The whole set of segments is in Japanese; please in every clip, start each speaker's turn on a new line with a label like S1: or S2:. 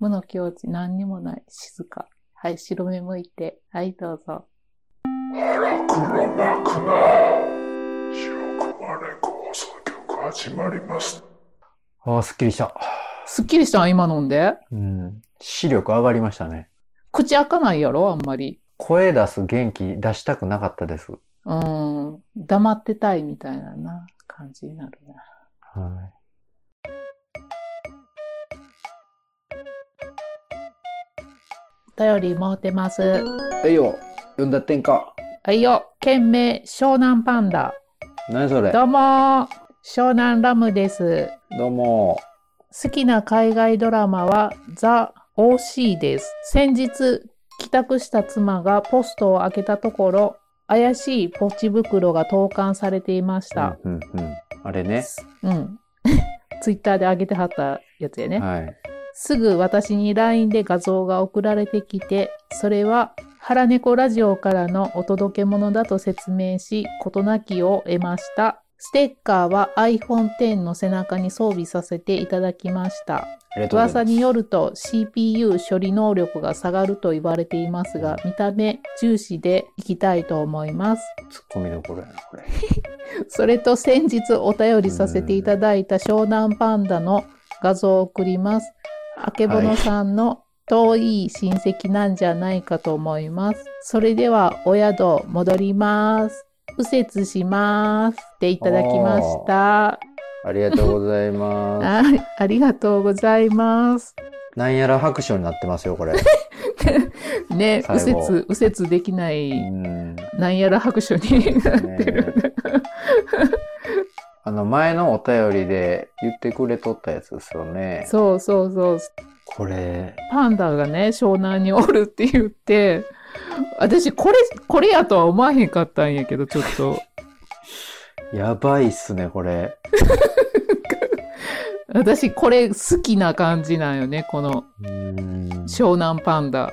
S1: 無の境地何にもない静か。はい、白目向いて。はい、どうぞ。
S2: 白くもなくな白くまれ放送局始まります
S3: ああ、すっきりした。
S1: すっきりしたん今飲んで。
S3: うん。視力上がりましたね。
S1: 口開かないやろあんまり。
S3: 声出す元気出したくなかったです。
S1: うん。黙ってたいみたいなな、感じになるな。
S3: は
S1: お便り回ってます。
S3: い。えいよ、読んだってんか。
S1: はいよ。県名、湘南パンダ。
S3: 何それ
S1: どうもー湘南ラムです。
S3: どうも。
S1: 好きな海外ドラマはザ・ OC です。先日、帰宅した妻がポストを開けたところ、怪しいポチ袋が投函されていました。
S3: うんうんうん。あれね。
S1: うん。 ツイッターで上げてはったやつやね。
S3: はい。
S1: すぐ私に LINE で画像が送られてきて、それは腹猫ラジオからのお届け物だと説明し、事なきを得ました。ステッカーは iPhone X の背中に装備させていただきました。
S3: ありがとうご
S1: 噂
S3: ざいます。
S1: によると CPU 処理能力が下がると言われていますが、見た目重視でいきたいと思います。
S3: ツッコミどころやな、これ。
S1: それと先日お便りさせていただいた湘南パンダの画像を送ります。あけぼのさんの遠い親戚なんじゃないかと思います。それではお宿戻ります。右折します。っていただきました。
S3: ありがとうございます。
S1: はい、ありがとうございます。
S3: なんやら拍手になってますよ、これ。
S1: ね、
S3: 最
S1: 右
S3: 後
S1: 折、右折できな
S3: う
S1: い、
S3: ん。
S1: なんやら拍手に なってる。
S3: あの、前のお便りで言ってくれとったやつですよね。
S1: そうそうそう。
S3: これ、
S1: パンダがね、湘南におるって言って、私、これ、これやとは思わへんかったんやけど、ちょっと。
S3: やばいっすね、これ。
S1: 私、これ好きな感じなんよね、この
S3: うん。す
S1: 湘南パンダ。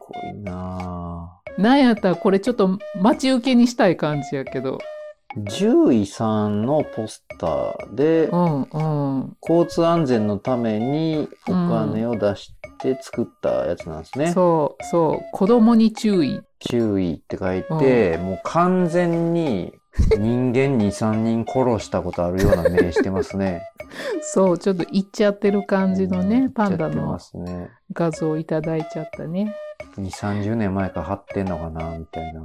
S3: ごいなぁ
S1: なんやったら、これちょっと待ち受けにしたい感じやけど。
S3: 獣医さんのポスターで
S1: う、ん、うん。
S3: 交通安全のためにお金を出して作ったやつなんですね。
S1: そう、そう。子供に注意。
S3: 注意って書いて、もう完全に人間2、3人殺したことあるような目してますね。
S1: そう、ちょっと行っちゃってる 感じのね、パンダ
S3: やってま
S1: の
S3: すね。
S1: 画像をいただいちゃったね。
S3: 2、30年前から貼ってんのかな、みたいな。
S1: うん。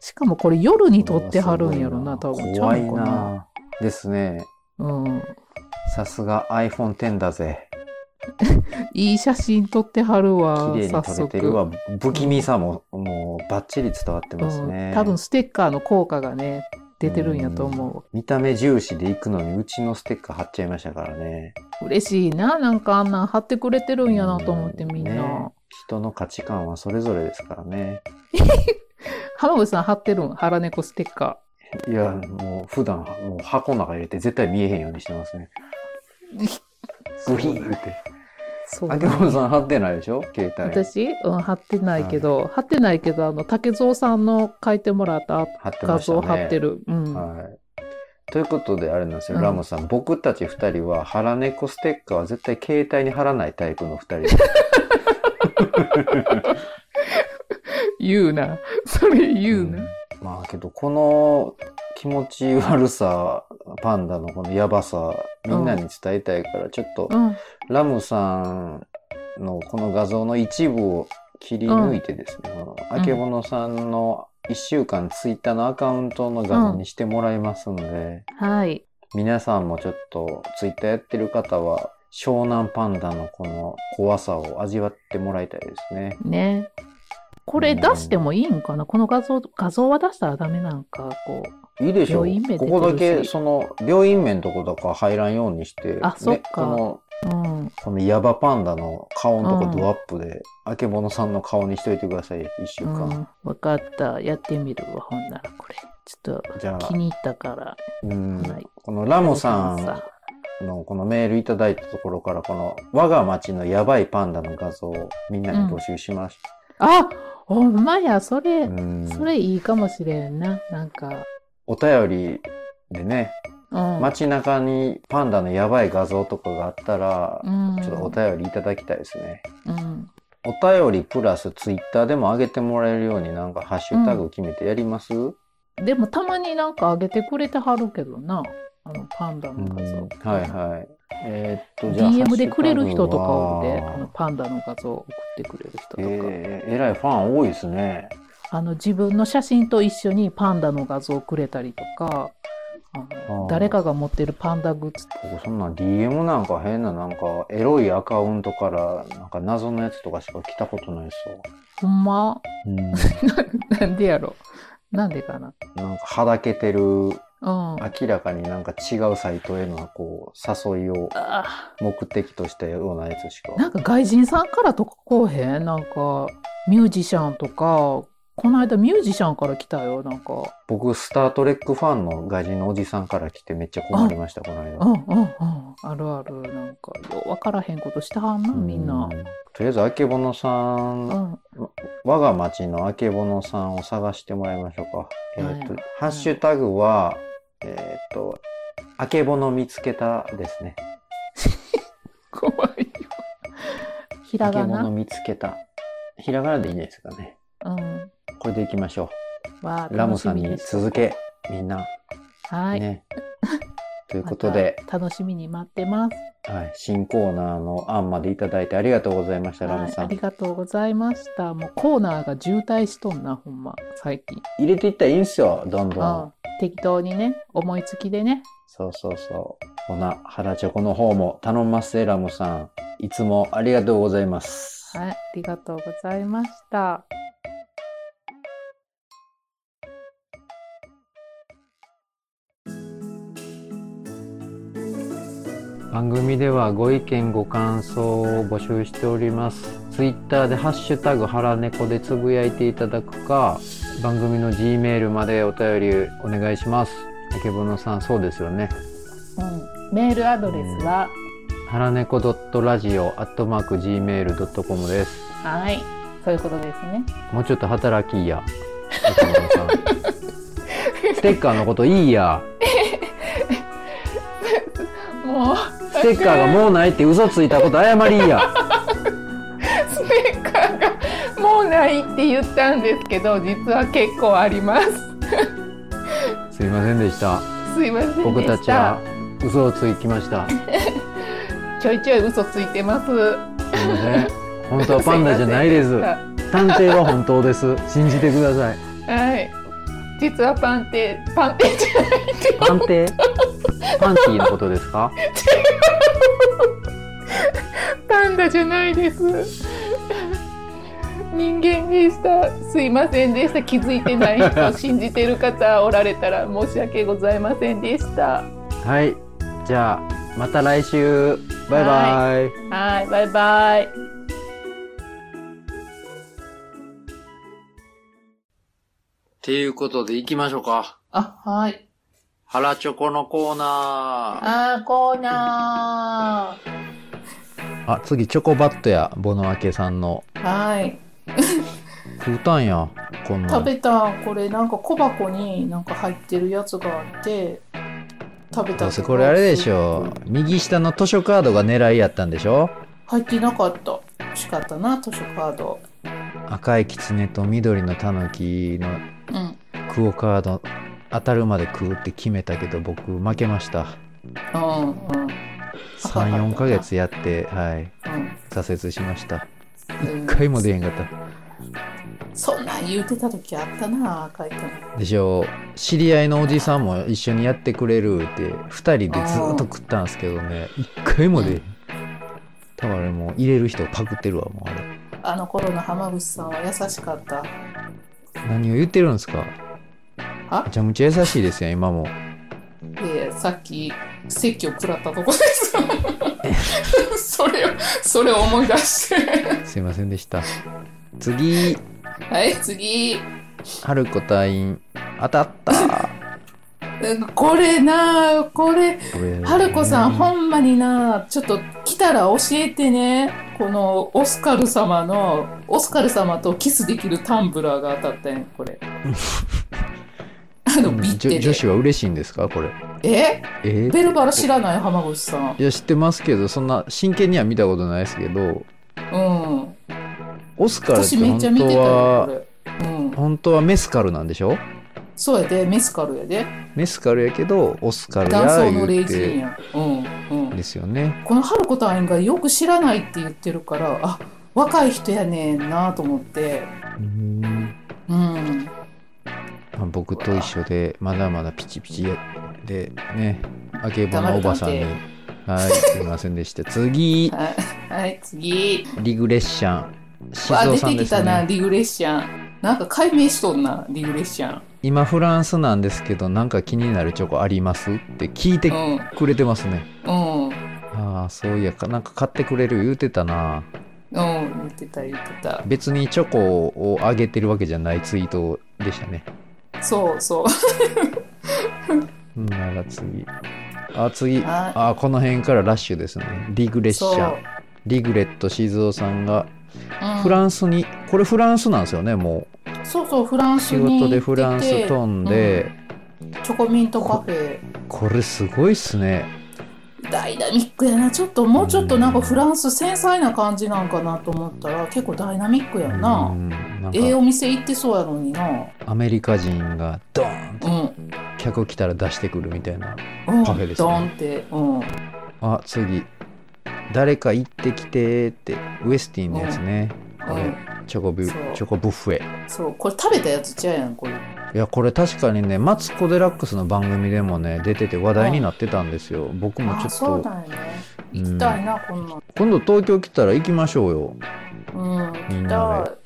S1: しかもこれ夜に撮ってはるんやろな、多分。
S3: 怖い
S1: ちゃうんかな。
S3: なですね。
S1: うん。
S3: さすが iPhone X だぜ。
S1: いい写真撮ってはるわ。
S3: 綺麗に
S1: 早
S3: 撮
S1: 速
S3: れてるわ。不気味さも、もうバッチリ伝わってます
S1: う
S3: ね
S1: ん。多分ステッカーの効果がね、出てるんやと思
S3: 見た目重視で行くのにうちのステッカー貼っちゃいましたからね。
S1: う。嬉しいな。なんかあんなん貼ってくれてるんやなと思ってみんな。
S3: ね人の価値観はそれぞれですからね。
S1: 浜口さん貼ってるん腹猫ステッカ
S3: いや、もう普段もう箱の中入れて絶対見えへんようにしてま すね。
S1: ー。
S3: グヒーって。
S1: そうだ
S3: あ
S1: ね
S3: けぼのさん貼ってないでしょ携帯。
S1: 私、うん、貼ってないけど、貼ってないけど、あの、竹蔵さんの書いてもらった
S3: 貼って
S1: 画
S3: ましたね。
S1: 像貼ってる。うん。
S3: はい。ということで、あれなんですよ、
S1: うん
S3: ラムさん。僕たち二人は腹猫ステッカーは絶対携帯に貼らないタイプの二人です。
S1: 言うな。 それ言うな。
S3: んまあけど、この気持ち悪さ、パンダのこのやばさ、みんなに伝えたいから、ちょっと、
S1: うん。
S3: ラムさんのこの画像の一部を切り抜いてですね、このあけぼのさんの1週間ツイッターのアカウントの画像にしてもらいますので、
S1: はい。
S3: 皆さんもちょっとツイッターやってる方は湘南パンダのこの怖さを味わってもらいたいですね。
S1: ね。これ出してもいいんかな、この画像、画像は出したらダメなんか、こう。
S3: いいでしょう
S1: 病院名出て
S3: こ
S1: るし
S3: こだけその病院名のとことか入らんようにして、
S1: あそっか
S3: この
S1: うん。
S3: このヤバパンダの顔のと
S1: うん
S3: こドアップで、あけぼのさんの顔にしといてください、一週
S1: う
S3: 間。
S1: ん。わかった。やってみるわ、ほんならこれ。ちょっ
S3: じゃ
S1: と気
S3: あ、
S1: に入ったから。
S3: うん
S1: はい
S3: このラ
S1: ラ
S3: モさんのこのメールいただいたところから、この我が町のやばいパンダの画像をみんなに募集しまし
S1: あほんまや、それ、
S3: た。うん
S1: それいいかもしれんな。なんか、
S3: お便りでね、
S1: うん。
S3: 街中にパンダのやばい画像とかがあったら、
S1: うん、
S3: ちょっとお便りいただきたいですね。
S1: うん。
S3: お便りプラスツイッターでも上げてもらえるようになんかハッシュタグ決めてやります、
S1: でもたまになんかあげてくれてはるけどな。あのパンダの画像。
S3: はいはい。えーっと、じゃあ。
S1: DM でくれる人とかおる
S3: ハ
S1: で、あ
S3: ッシュタグ
S1: の
S3: は
S1: パンダの画像を送ってくれる人とか、
S3: えーえらいファン多いですね。
S1: あの自分の写真と一緒にパンダの画像をくれたりとか、あの
S3: あー
S1: 誰かが持ってるパンダグッズとか
S3: 僕そんなん DM なんか変な、なんかエロいアカウントから、なんか謎のやつとかしか来たことないっすわ。
S1: ほんま
S3: うん、なん
S1: なんでやろなんでかな
S3: かはだけてる、
S1: うん。あ
S3: 明らかになんか違うサイトへのこう、誘いを
S1: あ
S3: 目的としたようなやつしか。
S1: なんか外人さんからとかこうへんなんかミュージシャンとか、この間ミュージシャンから来たよ、なんか。
S3: 僕、スタートレックファンの外人のおじさんから来てめっちゃ困りました、この間。
S1: うんうんうん。あるある。なんか、ようわからへんことしたはんな、みん
S3: う
S1: な。
S3: とりあえず、あけぼのさん、
S1: うん。
S3: 我が町のあけぼのさんを探してもらいましょうか。えっ、と、
S1: はい
S3: ハッシュタグは、えっ、と、あけぼの見つけたですね。
S1: 怖いよ。ひ
S3: あ
S1: ら
S3: け
S1: が
S3: ぼの
S1: な。
S3: 見つけた。ひらがなでいいんじゃないですかね。
S1: うん。
S3: これでいきましょ
S1: わあ
S3: う。ラモさん
S1: 楽しみで
S3: に
S1: す
S3: 続け、みんな、
S1: はい。
S3: ね。という
S1: また
S3: ことで、
S1: 楽しみに待って ます。
S3: はい、新コーナーの案までいただいてありがとうございました、ラ
S1: は
S3: モ
S1: い、
S3: さ
S1: あ
S3: ん。
S1: りがとうございました。もうコーナーが渋滞しとんな、ほんま、最近。
S3: 入れていったらいいんすよ、どんど
S1: うんん。、適当にね、思いつきでね。
S3: そうそうそう。ほな、腹チョコの方も頼んます、ラモさん。いつもありがとうございます。
S1: はい、ありがとうございました。
S3: 番組ではご意見ご感想を募集しておりますツイッターで「ハッシュタグハラネコ」でつぶやいていただくか番組の G メールまでお便りお願いしますあけぼのさんそうですよね
S1: うん、メールアドレスは、
S3: ハラネコ .radio.gmail.com です
S1: はい、そういうことですね。
S3: もうちょっと働きいやあけぼのさんステッカーのこといいや
S1: もう、
S3: ステッカーがもうないって嘘ついたこと謝りいや
S1: ステッカーがもうないって言ったんですけど、実は結構あります。
S3: すいませんでした
S1: すいませんでした。
S3: 僕たちは嘘をついてきました
S1: ちょいちょい嘘ついてます。
S3: すいません本当はパンダじゃないです
S1: すいませんでした
S3: 探偵は本当です信じてください
S1: はい。実はパンテ、パンテじゃないって
S3: 探偵パンティーのことですか
S1: パンダじゃないです。 人間でした。すいませんでした。気づいてない人、信じてる方おられたら申し訳ございませんでした。
S3: はいじゃあまた来週バイバイ
S1: はい、バイバイ。
S3: っていうことで行きましょうか
S1: あ、はい。
S3: 腹チョコのコーナー
S1: あー、コーナ
S3: あ次チョコバットやボノアケさんの
S1: ー。はい。
S3: 食うたんやこんなん
S1: 食べた、これなんか小箱になんか入ってるやつがあって、食べた
S3: どうせこれあれでしょう右下の図書カードが狙いやったんでしょ
S1: 入ってなかった。欲しかったな、図書カード。
S3: 赤いキツネと緑のタヌキの
S1: うん。
S3: クオカード当たるまで食うって決めたけど僕負けました
S1: うんうん
S3: 34ヶ月やってはい挫折しました
S1: うん、
S3: 一回も出へんかっ
S1: そんなん言うてた時あったな赤いか
S3: たでしょう知り合いのおじさんも一緒にやってくれるって2人でずっと食ったんですけどね一回も出へん多分あれもう入れる人パクってるわもうあれ
S1: あの頃の浜口さんは優しかった
S3: 何を言ってるんですか
S1: あ
S3: めちゃめちゃ優しいですよ今も
S1: でさっき説教食らったとこです それをそれを思い出して
S3: すいませんでした次
S1: はい次
S3: 春子隊員当たった
S1: なんかこれなあこれはるこさん、ほんまにな、ちょっと来たら教えてね。このオスカル様の、オスカル様とキスできるタンブラーが当たったんやこれ。けどビッ
S3: 女
S1: て
S3: 女
S1: で
S3: 子は嬉しいんですかこれ
S1: え
S3: えー
S1: ベルバラ知らない浜口さん
S3: いや知ってますけどそんな真剣には見たことないですけど
S1: うん
S3: オスカルって
S1: 私めっ
S3: 本
S1: ちゃ見てた
S3: 当
S1: よ
S3: は
S1: これうん
S3: 本当はメスカルなんでしょ
S1: そうやでメスカルやで
S3: メスカルやけどオスカル
S1: 男
S3: や
S1: 装の
S3: 言
S1: レ
S3: う
S1: イジーン
S3: て
S1: やうんうん
S3: ですよね
S1: この春子隊員がよく知らないって言ってるからあ若い人やねんなと思って
S3: うん
S1: うん
S3: まあ僕と一緒でまだまだピチピチでねあけぼのおばさんに
S1: 黙る
S3: はいすいませんでした次
S1: はい、はい、次
S3: リグレッション静
S1: わ
S3: 雄
S1: 出
S3: さん
S1: て
S3: で
S1: き
S3: す
S1: たな
S3: ね
S1: リグレッシャンなんか解明しとんなリグレッシャン
S3: 今フランスなんですけどなんか気になるチョコありますって聞いて
S1: う
S3: くれてますね
S1: んうんうん
S3: ああそういやかなんか買ってくれる言うてたな
S1: 言ってた言ってた
S3: 別にチョコをあげてるわけじゃないツイートでしたね
S1: そうそう
S3: うんなら次あ次
S1: はい
S3: あこの辺からラッシュですねリグレッシ
S1: そう
S3: ャンリグレット静雄さんが
S1: うん
S3: フランスに、これフランスなんですよねも
S1: そうそうフラン
S3: う
S1: ス
S3: 仕
S1: に行ってて
S3: 事でフランス飛んで、
S1: チョコミントカフェ
S3: これすごいっすね
S1: ダイナミックやなちょっともうちょっとなんかフランス繊細な感じなんかなと思ったら結構ダイナミックや
S3: うんん
S1: な
S3: なん
S1: ええお
S3: か
S1: 店行ってそうやのにな
S3: アメリカ人がドーンと
S1: うん
S3: 客来たら出してくるみたいな
S1: うん
S3: カフェですね
S1: ドンってうん
S3: あ次誰か行ってきてーってウエスティンのやつね、これ、
S1: うん
S3: チョコビ
S1: そう
S3: ュチョコブッフェ
S1: そうこれ食べたやつちゃうやんこれ
S3: いやこれ確かにねマツコ・デラックスの番組でもね出てて話題になってたんですよ、僕も
S1: あ
S3: ちょっ
S1: そう
S3: と
S1: だよね行きたいなこんなん
S3: 今度東京来たら行きましょうよ
S1: うん行
S3: みん
S1: き
S3: な
S1: た
S3: で
S1: い